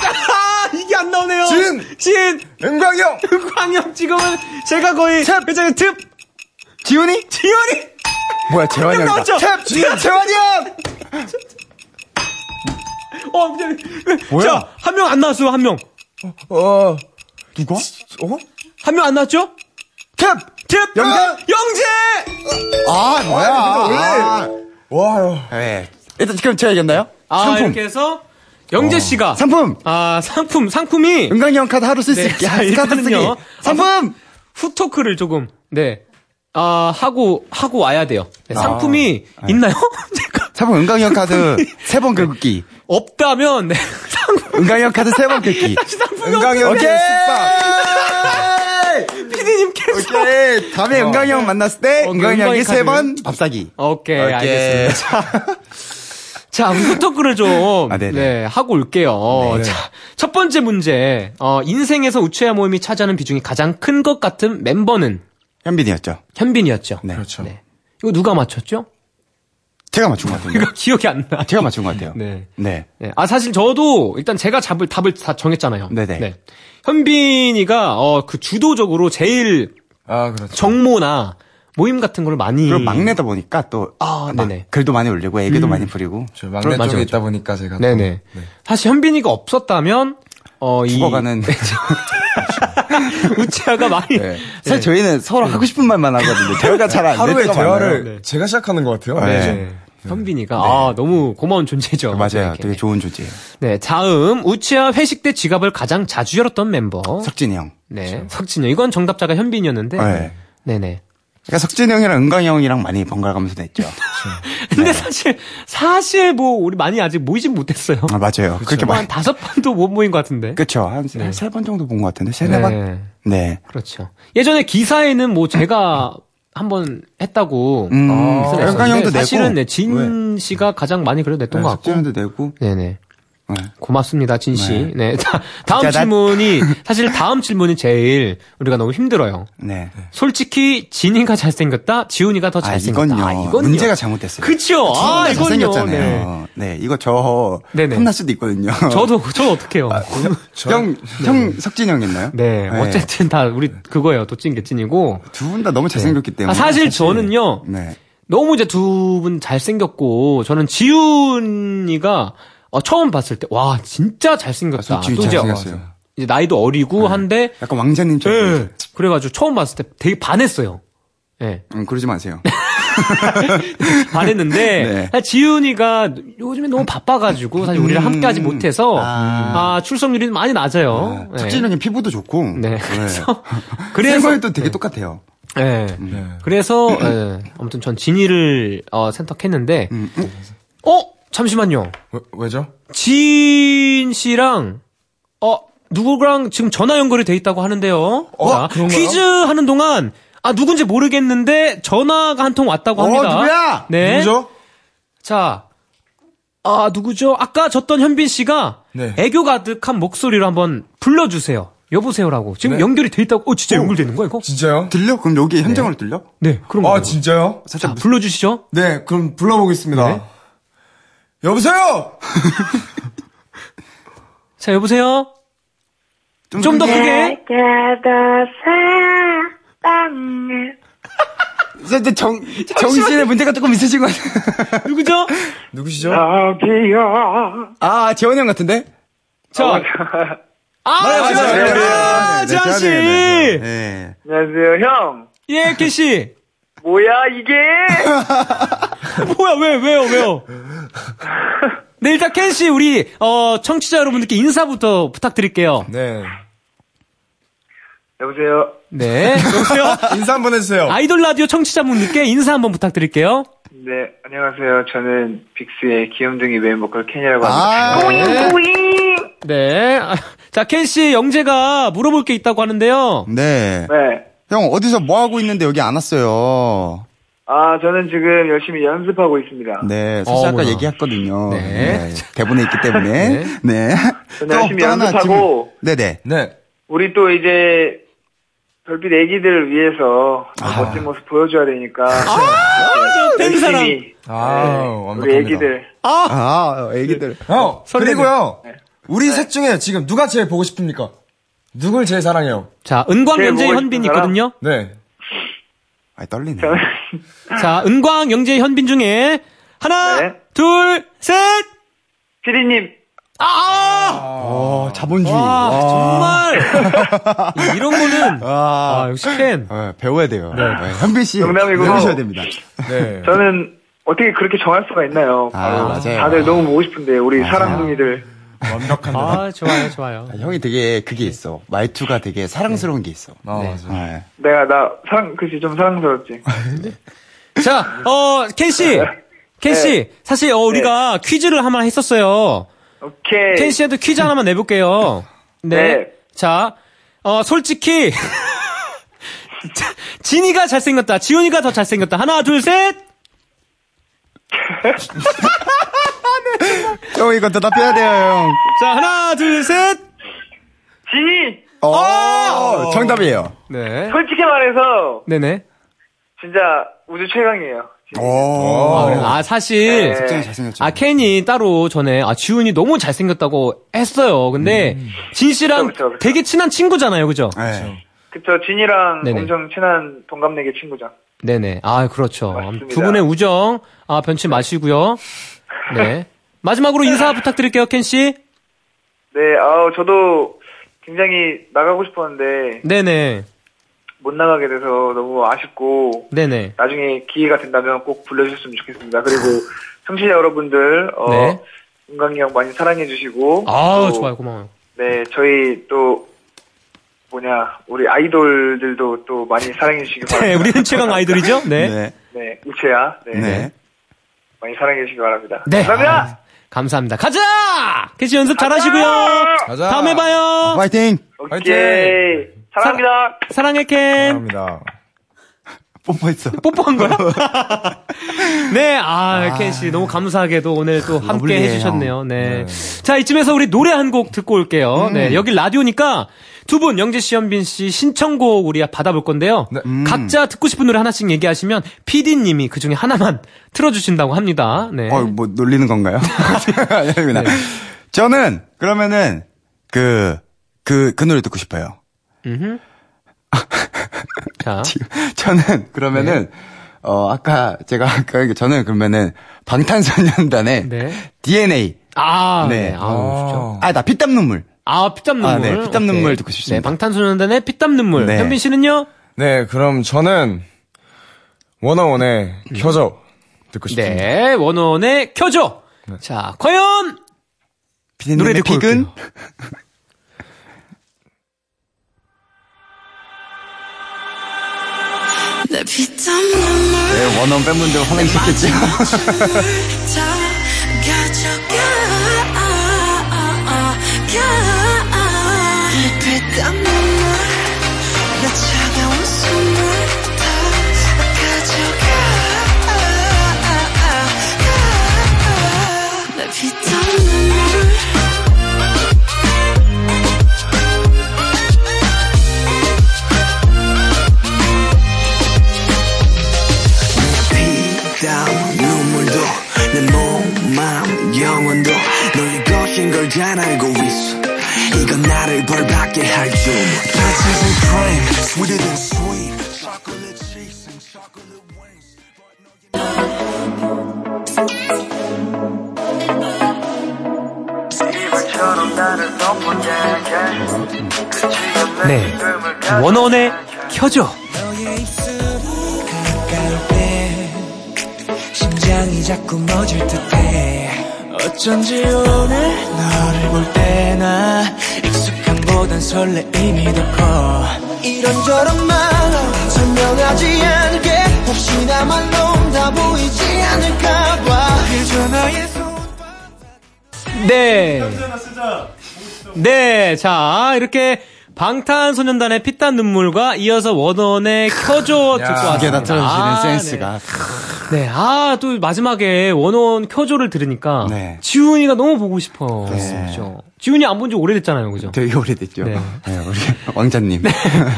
아, 이게 안 나오네요.
진!
진!
은광이 형!
(laughs) 광영 지금은 제가 거의 회장의 득!
지훈이?
지현이!
뭐야, 재환이
형
형이다.
나왔죠?
탭! 지훈! 재환이 형!
어, 그냥, 자, 한 명 안 나왔어요, 한 명.
어...
누가?
어?
한 명 안 나왔죠?
탭!
팁!
영재!
영재!
아, 뭐야. 아,
와요
네. 일단 그럼 제가 이겼나요?
아,
상품.
이렇게 해서, 영재 씨가.
상품.
아, 상품, 상품이.
은광이 형 카드 하루 쓸 수
네,
있게.
자,
아, 카드 쓰기.
일단은요.
상품.
후토크를 조금, 네. 아, 하고, 하고 와야 돼요. 네, 상품이 있나요? (laughs) 제가
상품 은광이
(laughs)
형 카드 세 번 긁기.
없다면, 네. (laughs) 상품, (laughs)
은광이 형 카드 세 번 긁기.
상품이
은광이 형
오케이.
숙박
없- 피디님께
오케이. 다음에 은광이 형 만났을 때,
네, 어,
은광이 형이
은광이
세 번
카드.
밥사기.
오케이,
오케이.
알겠습니다. (laughs) 자, 자, 우선 토크를 좀,
아, 네네. 네.
네, 하고 올게요. 자, 첫 번째 문제. 어, 인생에서 우체화 모임이 차지하는 비중이 가장 큰 것 같은 멤버는
현빈이었죠.
현빈이었죠.
네.
그렇죠.
네. 이거 누가 맞췄죠?
제가 맞춘 것
(laughs)
같은데.
이거 기억이 안 나.
제가 맞춘 것 같아요.
네.
네.
네. 아, 사실 저도 일단 제가 잡을 답을 다 정했잖아요.
네네.
네. 현빈이가, 어, 그 주도적으로 제일
아, 그렇죠.
정모나 모임 같은 걸 많이.
그리고 막내다 보니까 또,
음. 아,
막
네네. 음.
글도 많이 올리고, 애교도 많이 부리고.
저 막내
맞아,
쪽에
맞아.
있다 보니까 제가. 또-
네네. 사실 현빈이가 없었다면, 어, 이. (laughs)
죽어가는.
우체화가 많이.
네. 사실 저희는 서로
네.
하고 싶은 말만 하거든요. 대화가 잘안
하루에 대화를
많아요. 네.
제가 시작하는 것 같아요.
네.
네.
네. 현빈이가 아 너무 고마운 존재죠.
맞아요.
저에게.
되게 좋은 조지예요.
네, 다음 우체화 회식 때 지갑을 가장 자주 열었던 멤버.
석진이 형.
네, 석진이. 이건 정답자가 현빈이었는데.
네.
네, 네.
그러니까 석진이 형이랑 은광이 형이랑 많이 번갈아가면서
(laughs)
냈죠.
근데 사실 사실 뭐 우리 많이 아직 모이진 못했어요.
아, 맞아요. 그렇게
뭐한
많이.
다섯 번도 못 모인 것 같은데.
그쵸. 한 세 번 정도 본 것 같은데. 세네 번?
네,
네.
그렇죠. 예전에 기사에는 뭐 제가 한번 했다고.
음,
어,
그러니까
했었는데
형도 내고. 네,
사실은 네, 진 씨가 가장 많이 그래도 냈던 것 같고.
석진이도 내고.
네네.
네.
고맙습니다, 진 씨. 네. 다, 음
진짜 난-
질문이 사실 다음 질문이 제일 우리가 너무 힘들어요.
네.
솔직히 진이가 잘생겼다, 지훈이가 더
아,
잘생겼다.
이건요. 문제가 잘못됐어요.
그쵸. 아,
잘
이건요. 네.
생겼잖아요. 네. 이거 저
네네.
혼날 수도 있거든요.
저도 저 어떡해요.
(laughs) 아, 형, 형 석진이 형 있나요?
네, 어쨌든 다 우리 그거예요. 도찐 개찐이고.
두분 다 너무 잘생겼기 때문에.
아, 사실 저는요.
네.
너무 이제 두 분 잘생겼고 저는 지훈이가 어, 처음 봤을 때 와 진짜 잘생겼다.
아, 솔직히
또 이제
잘생겼어요. 네.
이제 나이도 어리고 한데
약간 왕자님처럼.
예. 그래가지고 처음 봤을 때 되게 반했어요. 예.
음, 그러지 마세요.
반했는데
네.
지훈이가 요즘에 너무 바빠가지고 사실 우리랑
음.
함께하지 못해서 아,
아.
출석률이 많이 낮아요. 예.
석진이 형이 어, 피부도 좋고.
네.
네.
그래서
(laughs) 그래서
그래서
도 되게 똑같아요.
예.
네.
그래서 예. 아무튼 전 진이를 어, 선택했는데
음, 음.
어 잠시만요.
왜, 왜죠?
진 씨랑 어 누구랑 지금 전화 연결이 돼 있다고 하는데요.
어,
자,
그런가요?
퀴즈 하는 동안 아 누군지 모르겠는데 전화가 한 통 왔다고
어,
합니다.
누구야?
네.
누구죠?
자. 아, 누구죠? 아까 졌던 현빈 씨가
네.
애교 가득한 목소리로 한번 불러 주세요. 여보세요라고. 지금
네.
연결이 돼 있다고. 어, 진짜
오.
연결되는 거야, 이거?
진짜요?
들려? 그럼 여기 현장으로 들려?
네. 그럼
아, 진짜요?
자, 불러 주시죠.
네, 그럼 불러보겠습니다.
네.
여보세요?
자, 여보세요. 좀 더 크게.
저, 저 정, 정신의 문제가 조금 있으신 것 같아요.
(laughs)
누구죠?
누구시죠?
아, 재원이 형 같은데?
자. 아, 재환 씨. 아,
맞아요, 맞아요. 네,
재환 씨.
재환이 형이네요. 네.
안녕하세요, 형.
예, 캐시.
뭐야, 이게?
뭐야, 왜, 왜요, 왜요? 네, 일단 켄씨, 우리, 어, 청취자 여러분들께 인사부터 부탁드릴게요.
네.
여보세요.
네.
(laughs)
여보세요?
인사 한번 해주세요.
아이돌 라디오 청취자분들께 인사 한번 부탁드릴게요.
네, 안녕하세요. 저는 빅스의 귀염둥이 메인보컬 켄이라고 합니다.
아,
네. 아, 자, 켄씨, 영재가 물어볼 게 있다고 하는데요.
네.
아.
네.
형, 어디서 뭐 하고 있는데 여기 안 왔어요?
아, 저는 지금 열심히 연습하고 있습니다.
네, 사실 아까
어머나.
얘기했거든요.
네.
대본에 있기 때문에. 네.
저는
또
열심히
또 하나
연습하고.
질문. 네네.
네.
우리 또 이제, 별빛 애기들을 위해서
아.
멋진 모습 보여줘야 되니까.
아, 저 팬사랑.
열심히.
아,
네, 우리
완벽합니다.
애기들. (laughs)
아, 애기들.
형,
설레네.
그리고요. 우리
네.
셋 중에 지금 누가 제일 보고 싶습니까? 누굴 제일 사랑해요?
자, 은광,
네,
영재,
뭐가
현빈
있을까요?
있거든요.
네.
아, 떨리네.
자, 은광, 영재, 현빈 중에 하나,
네.
둘, 셋!
피디님,
아!
어, 자본주의.
와,
와.
정말 이런 거는 아,
아,
역시 팬.
어, 배워야 돼요. 네, 현빈 씨.
농담이고.
배우셔야 됩니다.
네.
저는 어떻게 그렇게 정할 수가 있나요?
아, 맞아요.
다들 너무 보고 싶은데, 우리 사랑둥이들.
아, 좋아요, 좋아요.
아, 형이 되게 그게 있어. 말투가 되게 사랑스러운 게 있어.
아, 맞아.
네.
내가, 나, 사랑, 그치, 좀 사랑스럽지.
(laughs)
자, 어, 켄 씨.
네.
켄 씨. 사실 어, 우리가 퀴즈를 하나 했었어요.
오케이.
켄 씨한테 퀴즈 하나만 네. 내볼게요. 네.
네.
자, 어, 솔직히 (laughs) 자, 진이가 잘생겼다. 지훈이가 더 잘생겼다. 하나, 둘, 셋.
형 이거 대답해야 돼요 형.
자, 하나, 둘, 셋.
진이
어, 정답이에요.
네.
솔직히 말해서
네네.
진짜 우주 최강이에요.
어,
어.
오.
아, 사실.
네.
굉장히 잘생겼죠.
아, 켄이 따로 전에, 아, 지훈이 너무 잘생겼다고 했어요. 근데, 진 씨랑
그쵸, 그쵸, 그쵸.
되게 친한 친구잖아요. 그죠?
네.
그쵸 진이랑
네네.
엄청 친한 동갑내기 친구죠.
네네. 아, 그렇죠.
맞습니다.
두 분의 우정, 아, 변치 마시고요. 네. 마지막으로 인사 부탁드릴게요, 켄 씨.
네, 아우 저도 굉장히 나가고 싶었는데
네네.
못 나가게 돼서 너무 아쉽고
네네.
나중에 기회가 된다면 꼭 불러주셨으면
(laughs)
좋겠습니다. 그리고 청취자 여러분들 어,
네.
은광이 형 많이 사랑해주시고
아,
또,
좋아요. 고마워요.
네, 저희 또 뭐냐 우리 아이돌들도 또 많이 사랑해주시기
(laughs) 네,
바랍니다.
우리는 최강 아이돌이죠? 네.
네.
네, 우채야. 네,
네.
많이 사랑해주시기 바랍니다.
네.
감사합니다.
감사합니다. 가자! 캐시 연습 잘 하시고요.
가자.
다음에 봐요.
파이팅!
네.
오케이. 사랑합니다.
사랑해, 캔.
감사합니다.
뽀뽀했어.
뽀뽀한
(laughs)
거야? 네, 아, 캔씨. 너무 감사하게도 오늘
아,
또 함께
러블리해요.
해주셨네요. 네. 자, 이쯤에서 우리 노래 한 곡 듣고 올게요.
음.
네, 여기 라디오니까 두 분, 영재씨, 현빈씨 신청곡 우리 받아볼 건데요.
네.
음.
음.
각자 듣고 싶은 노래 하나씩 얘기하시면 PD님이 그 중에 하나만 (laughs) 틀어주신다고 합니다. 네.
어, 뭐 놀리는 (laughs) 건가요? 아니구나. 저는 그러면은 그 그, 그 노래 듣고 싶어요.
음흠. 자,
(laughs) 저는
네.
그러면은 어 아까 제가 (laughs) 아까 얘기- 저는 그러면은 방탄소년단의
네.
DNA
아, 네.
네.
아우, 좋죠.
어.
아나 피땀 눈물
아, 피땀 눈물.
아, 네, 피땀 눈물
오케이.
듣고
네,
싶습니다.
방탄소년단의 피땀 눈물.
네.
현빈 씨는요?
네, 그럼 저는 원어원의 켜져 듣고 싶습니다.
네, 원원의 켜줘.
네.
자, 과연 노래
피디님의
듣고
픽은
내 피땀 눈물
네, 원원 팬분들 화내셨겠죠
다 가져가 가. 내 피땀 눈물 내 차가운 숨을 다 가져가 가. 내 피땀 눈물
피땀 눈물도 내몸맘 영혼도 너의 것인 걸 잘 알고 있어 이건 나를 벌받게 할줄 This isn't cream, sweeter than sweet Chocolate cheeks and chocolate wings
네. 원원의 켜줘.
너의 입술은 가까울 때 심장이 자꾸 멎을 듯해 어쩐지 오늘 너를 볼 때 나 익숙함보단 설레임이 더커 이런저런 말로 설명하지 않게 혹시나 말로 다 보이지 않을까봐 그저 나의 손
네. 네, 자, 이렇게 방탄소년단의 피땀 눈물과 이어서 원원의 켜줘 듣고 왔습니다.
이게 다 틀어주시는
아, 네.
센스가
네, 아, 또 마지막에 원원 켜줘를 들으니까
네.
지훈이가 너무 보고 싶어요. 그죠? 지훈이 안 본 지 오래됐잖아요. 그죠?
되게 오래됐죠
네.
네. 우리 (laughs) 왕자님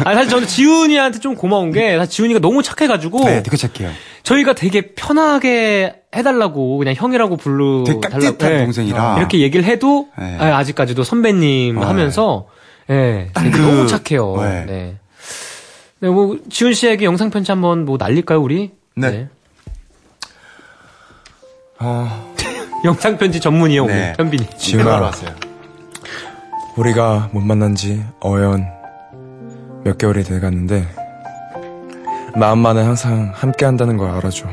아 사실 저는 지훈이한테 좀 고마운 게 사실 지훈이가 너무 착해가지고
네 되게 착해요
저희가 되게 편하게 해달라고 그냥 형이라고 불러
되게 깍듯한
달라고, 예.
동생이라.
이렇게 얘기를 해도
네.
아, 아직까지도 선배님
네.
하면서 예 되게
그-
너무 착해요.
네.
네. 네, 뭐 지훈 씨에게 영상 편지 한번 뭐 날릴까요 우리?
네.
(laughs) 영상 편지 전문이에요 오늘
아. 네.
현빈이.
바로
지훈아,
왔어요
네.
우리가 못 만난 지 어연 몇 개월이 돼 갔는데 마음만은 항상 함께 한다는 걸 알아줘.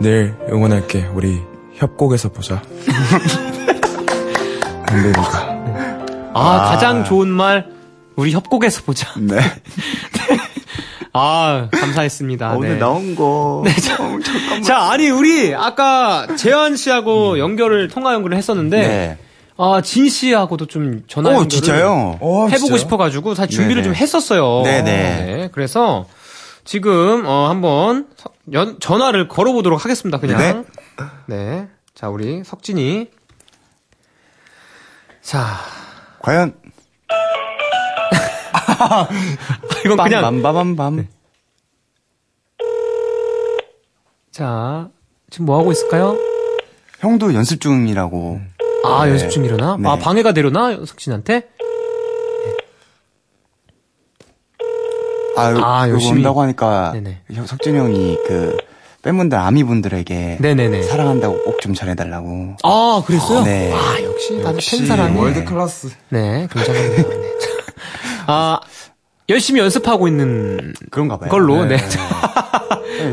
늘 응원할게. 우리 협곡에서 (laughs) 보자. 담배비가.
아, 가장 좋은 말 우리 협곡에서 보자. (laughs)
네
아 감사했습니다.
어, 오늘
네.
나온 거
네, 자,
어, 잠깐만
자, 아니 우리 아까 재현 씨하고 연결을 통화 연결을 했었는데
음. 네.
아, 진 씨하고도 좀 전화
오,
연결을
진짜요?
어,
해보고
진짜요?
싶어가지고 사실 준비를
네네.
좀 했었어요.
네네.
네, 그래서 지금 어, 한번 서- 연- 전화를 걸어보도록 하겠습니다. 그냥 네. 자 우리 석진이
(laughs)
자
과연
이건 그냥 네.
빰빰빰빰
자 지금 뭐 하고 있을까요?
형도 연습 중이라고
아
네.
연습 중이려나?
네.
아 방해가 되려나 석진한테?
아, 요,
아,
거
열심히.
온다고 하니까
네네.
형, 석진이 형이 그 팬분들 아미분들에게
네네네.
사랑한다고 꼭 좀 전해달라고
아 그랬어요?
네.
아 역시 다들
역시
팬 사랑이
월드
클래스.
네,
(laughs)
굉장합니다. 네. 자, 아, 열심히 연습하고 있는.
그런가 봐요.
걸로, 네.
네.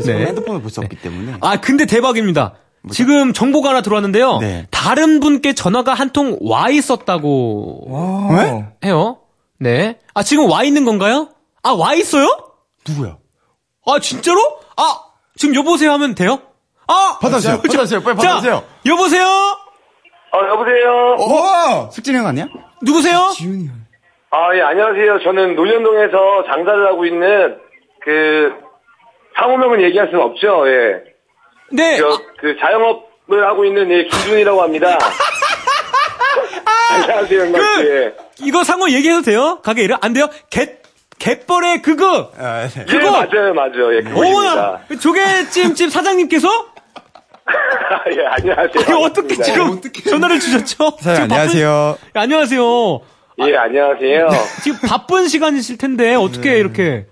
네.
네. 핸드폰을 볼 수 없기 때문에
(laughs) 아, 근데 대박입니다. 지금 정보가 하나 들어왔는데요.
네.
다른 분께 전화가 한 통 와 있었다고
왜?
해요. 네. 아, 지금 와 있는 건가요? 아, 와 있어요?
누구야?
아, 진짜로? 아, 지금 여보세요 하면 돼요? 아!
받아주세요.
그쵸?
받아주세요. 빨리
자,
받아주세요.
여보세요?
아,
어!
여보세요?
오! 석진이 형 아니야?
누구세요?
아, 예, 안녕하세요. 저는 논현동에서 장사를 하고 있는 그, 상호명은 얘기할 수는 없죠, 예.
네.
저, 그 자영업을 하고 있는 예,
(laughs)
김준이라고 합니다. 안녕하세요, 형님.
그-
예.
이거 상호 얘기해도 돼요? 가게 이름? 안 돼요? 갯, 갯벌의 그거!
아, 네.
예,
그거-
맞아요, 맞아요. 예, 그거입니다.
어머나! 그 조개찜집 사장님께서?
예, 안녕하세요.
아니, 어떻게
반갑습니다.
지금 전화를 주셨죠?
사장님,
지금 바쁜-
안녕하세요.
예, 안녕하세요.
예, 안녕하세요.
지금 바쁜 시간이실 텐데, 어떻게 이렇게.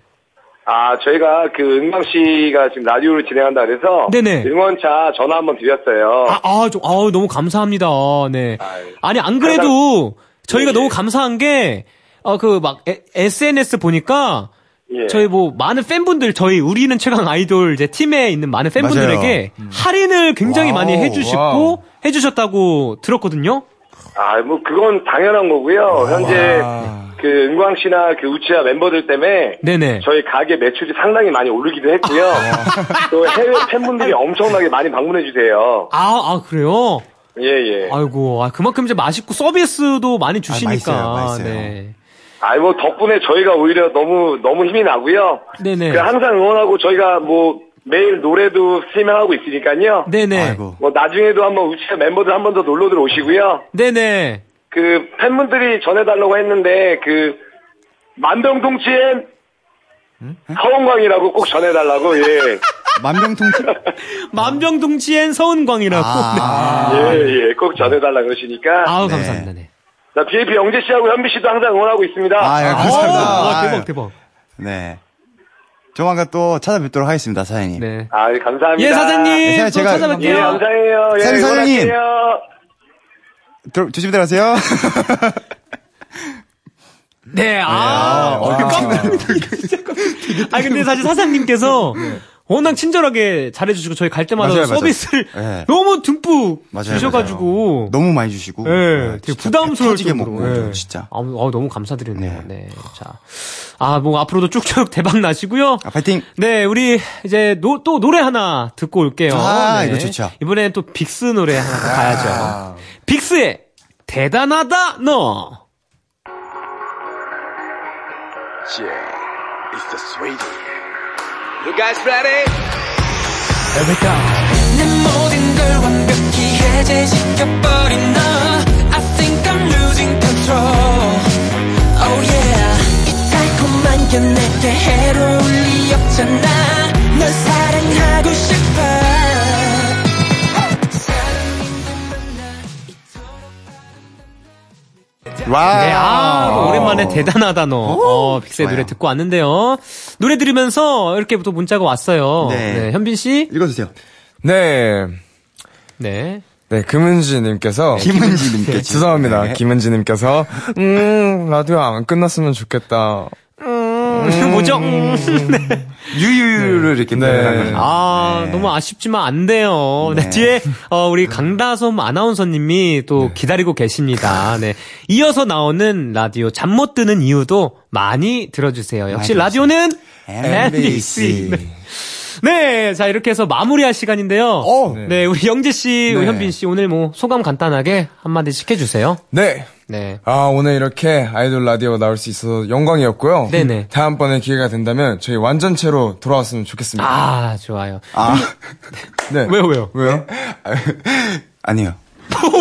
아, 저희가 그 은광 씨가 지금 라디오를 진행한다 그래서
네네.
응원차 전화 한번 드렸어요.
아, 아, 좀, 아우, 너무 감사합니다. 네.
아유.
아니, 안 그래도 저희가
예, 예.
너무 감사한 게, 어, 그, 막, 에- SNS 보니까,
예.
저희 뭐, 많은 팬분들, 저희 우리는 최강 아이돌 이제 팀에 있는 많은 팬분들에게 할인을 굉장히
와우,
많이 해주시고,
와우.
해주셨다고 들었거든요.
아, 뭐 그건 당연한 거고요.
아,
현재 그 은광 씨나 그 우치아 멤버들 때문에
네네.
저희 가게 매출이 상당히 많이 오르기도 했고요. 또 해외 팬분들이 엄청나게 많이 방문해 주세요.
아, 아, 그래요?
예, 예.
아이고, 아, 그만큼 이제 맛있고 서비스도 많이 주시니까.
네. 아, 맛있어요, 맛있어요.
네.
아, 뭐 덕분에 저희가 오히려 너무 너무 힘이 나고요.
네네.
그 항상 응원하고 저희가 뭐 매일 노래도 스트리밍하고 있으니까요.
네네.
아이고.
뭐 나중에도 한번 우치아 멤버들 한 번 더 놀러들 오시고요.
네네.
그 팬분들이 전해달라고 했는데 그 만병통치엔 서원광이라고 꼭 전해달라고 예 예예
만병통치?
만병동치엔 서은광이라고.
아.
꼭 전해달라 그러시니까
아우,
네.
감사합니다. 네.
나 BAP 영재 씨하고 현비 씨도 항상 응원하고 있습니다.
아, 예, 감사합니다.
아,
아유.
대박, 대박.
네. 조만간 또 찾아뵙도록 하겠습니다, 사장님.
네.
아, 예, 감사합니다.
예,
네,
사장님. 또
제가-
찾아뵐게요.
예, 감사해요. 예,
사장님, 사장님.
응원할게요.
들어- 조심히 들어가세요. 예,
네, 아,
와.
깜짝이야. 진짜 깜짝이야. 아, 근데 사실
(laughs)
사장님께서 워낙 친절하게 잘해주시고 저희 갈 때마다
네. 맞아요, 맞아요.
서비스를
네.
너무 듬뿍
맞아요,
주셔가지고.
너무 많이 주시고.
예,
아,
되게
진짜
부담스러울
터지게
정도로.
먹고,
예.
진짜.
아, 어, 너무 감사드리네요. 네. 자. 아, 뭐, 앞으로도 쭉쭉 대박 나시고요.
아, 파이팅!
네, 우리 이제 노- 또 노래 하나 듣고 올게요.
아,
네.
이거 좋죠. 아.
이번엔 또 빅스 노래 하나 더 가야죠. 빅스의 대단하다 너.
내 모든 걸 완벽히 해제시켜버린 너 I think I'm losing control Oh yeah 이 달콤한 게 내게 해로울 리 없잖아 널 사랑하고 싶어
와!
네, 아, 또 오랜만에 대단하다 너. 어, 빅스의
좋아요.
노래 듣고 왔는데요. 노래 들으면서 이렇게 또 문자가 왔어요.
네.
현빈 씨.
읽어주세요.
네.
네.
네, 금은지님께서. 네,
김은지님께
죄송합니다. 김은지님께서. 음, 라디오 안 끝났으면 좋겠다.
(laughs) 뭐죠? 음.
유유유를 이렇게
네.
표현하는 거죠.
아,
네.
너무 아쉽지만 안 돼요. 네,
네.
뒤에, 어, 우리 강다솜 아나운서님이 또 기다리고 계십니다. 네. 이어서 나오는 라디오, 잠 못 드는 이유도 많이 들어주세요. 역시
많이
라디오는
MBC.
MBC. 네. 네, 자 이렇게 해서 마무리할 시간인데요.
어.
네, 우리 영재 씨, 오현빈 씨 오늘 뭐 소감 간단하게 한마디씩 해주세요.
네.
네.
아, 오늘 이렇게 아이돌 라디오 나올 수 있어서 영광이었고요.
네네.
다음번에 기회가 된다면 저희 완전체로 돌아왔으면 좋겠습니다.
아, 좋아요.
아,
네.
왜요, 왜요? (laughs)
왜요?
아니요.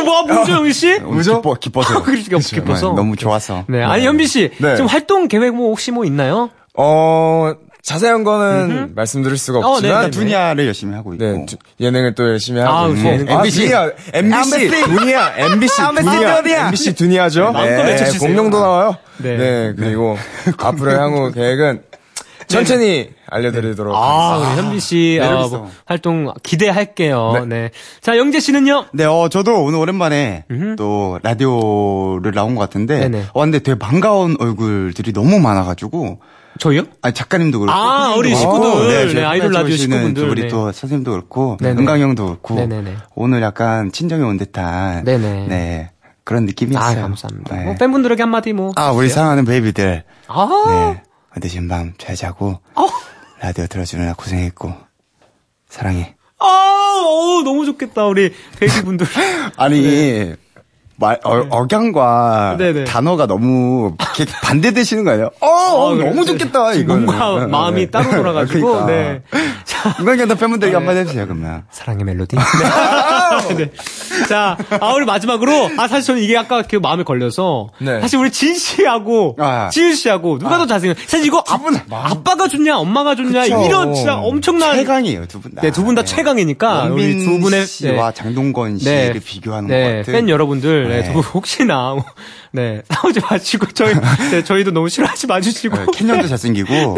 뭐, 문조영 씨?
오늘
왜죠?
기뻐, 기뻐서. 네,
그러니까 기뻐서.
아, 그렇죠. 너무 좋아서.
네, 아니 현빈 씨,
네.
지금 활동 계획 뭐 혹시 뭐 있나요?
어, 자세한 거는 말씀드릴 수가
어,
없지만.
네네네. 어.
두니아를 열심히 하고 있고.
네, 두- 예능을 또 열심히 하고
아우,
있고.
예능.
아, 두니아, MBC, (laughs) 두니아, MBC, 두니아, MBC 두니아죠.
네,
네,
마음껏 외쳐주세요.
공룡도 나와요.
네.
네, 그리고
(laughs)
앞으로의 향후 계획은 천천히 알려드리도록
네. 아,
하겠습니다.
우리 현빈 씨
매력
아,
있어.
뭐 활동 기대할게요. 네. 자, 영재 씨는요?
네, 어, 저도 오늘 오랜만에 또 라디오를 나온 것 같은데.
네네.
어, 근데 되게 반가운 얼굴들이 너무 많아가지고.
저요?
아니, 작가님도 그렇고. 어,
아, 우리 식구들. 네, 아이돌 라디오 식구분들.
우리
네.
또 선생님도 그렇고.
네네.
은강 형도 그렇고.
네네네.
오늘 약간 친정에 온 듯한.
네네.
네, 그런 느낌이었어요.
아, 감사합니다.
네.
뭐 팬분들에게 한마디 뭐.
아, 우리 사랑하는 베이비들.
아,
네. 늦은 밤 잘 자고.
어.
라디오 들어주느라 고생했고. 사랑해.
아, 어우, 너무 좋겠다 우리
(laughs)
배기분들.
아니 말 어, 억양과
네네.
단어가 너무
(laughs)
이렇게 반대되시는 거 아니에요? 어,
어, 그래.
너무 좋겠다 네,
지금
이거.
뭔가 마음이 따로 돌아가지고, 네. 자.
그러니까. 이광현 팬분들에게 한마디 해주세요 그러면.
사랑의 멜로디. (laughs) 네. 자, 아, 우리 마지막으로, 아, 사실 저는 이게 아까 그 마음에 걸려서,
네.
사실 우리 진 씨하고,
아.
지윤 씨하고, 누가 더 잘생겨? 사실 이거 아,
분 다.
빠가 좋냐, 엄마가 좋냐,
그쵸.
이런 진짜 엄청난.
최강이에요 두 분 다.
네, 두 분 다 최강이니까, 우리
원빈
두 분의. 네.
씨와 장동건 씨를 비교하는 것 같은.
팬 여러분들, 네,
네.
두 분 혹시나, 뭐, 네, (laughs) 싸우지 마시고, 저희, 네, 저희도 너무 싫어하지 마시고.
네, 캔년도 잘생기고.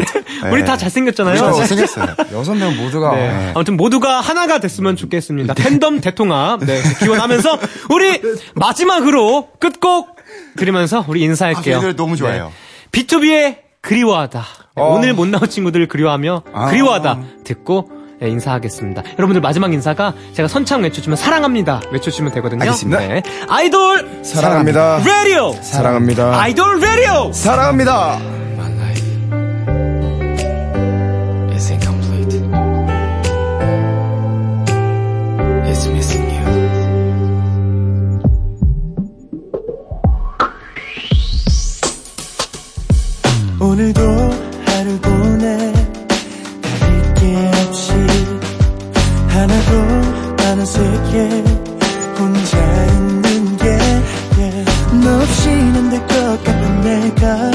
(laughs) 우리
네.
다 잘생겼잖아요.
우리 다 잘생겼어요.
그렇죠. 여섯 명 모두가
네. 아무튼 모두가 하나가 됐으면 좋겠습니다. 팬덤 대통합 네, 기원하면서 우리 마지막으로 끝곡 드리면서 우리 인사할게요.
아, 저희들 너무 좋아해요. 어.
B2B의 그리워하다. 네, 오늘 못 나온 친구들 그리워하며
아.
그리워하다 듣고 네, 인사하겠습니다. 여러분들 마지막 인사가 제가 선창 외쳐주면 사랑합니다 외쳐주면 되거든요.
알겠습니다.
네. 아이돌
사랑합니다.
라디오
사랑합니다.
아이돌 라디오
사랑합니다.
오늘도 하루 보내 다를 게 없이 하나도 안 어색해 혼자 있는 게 너 없이는 될 것 같은 내가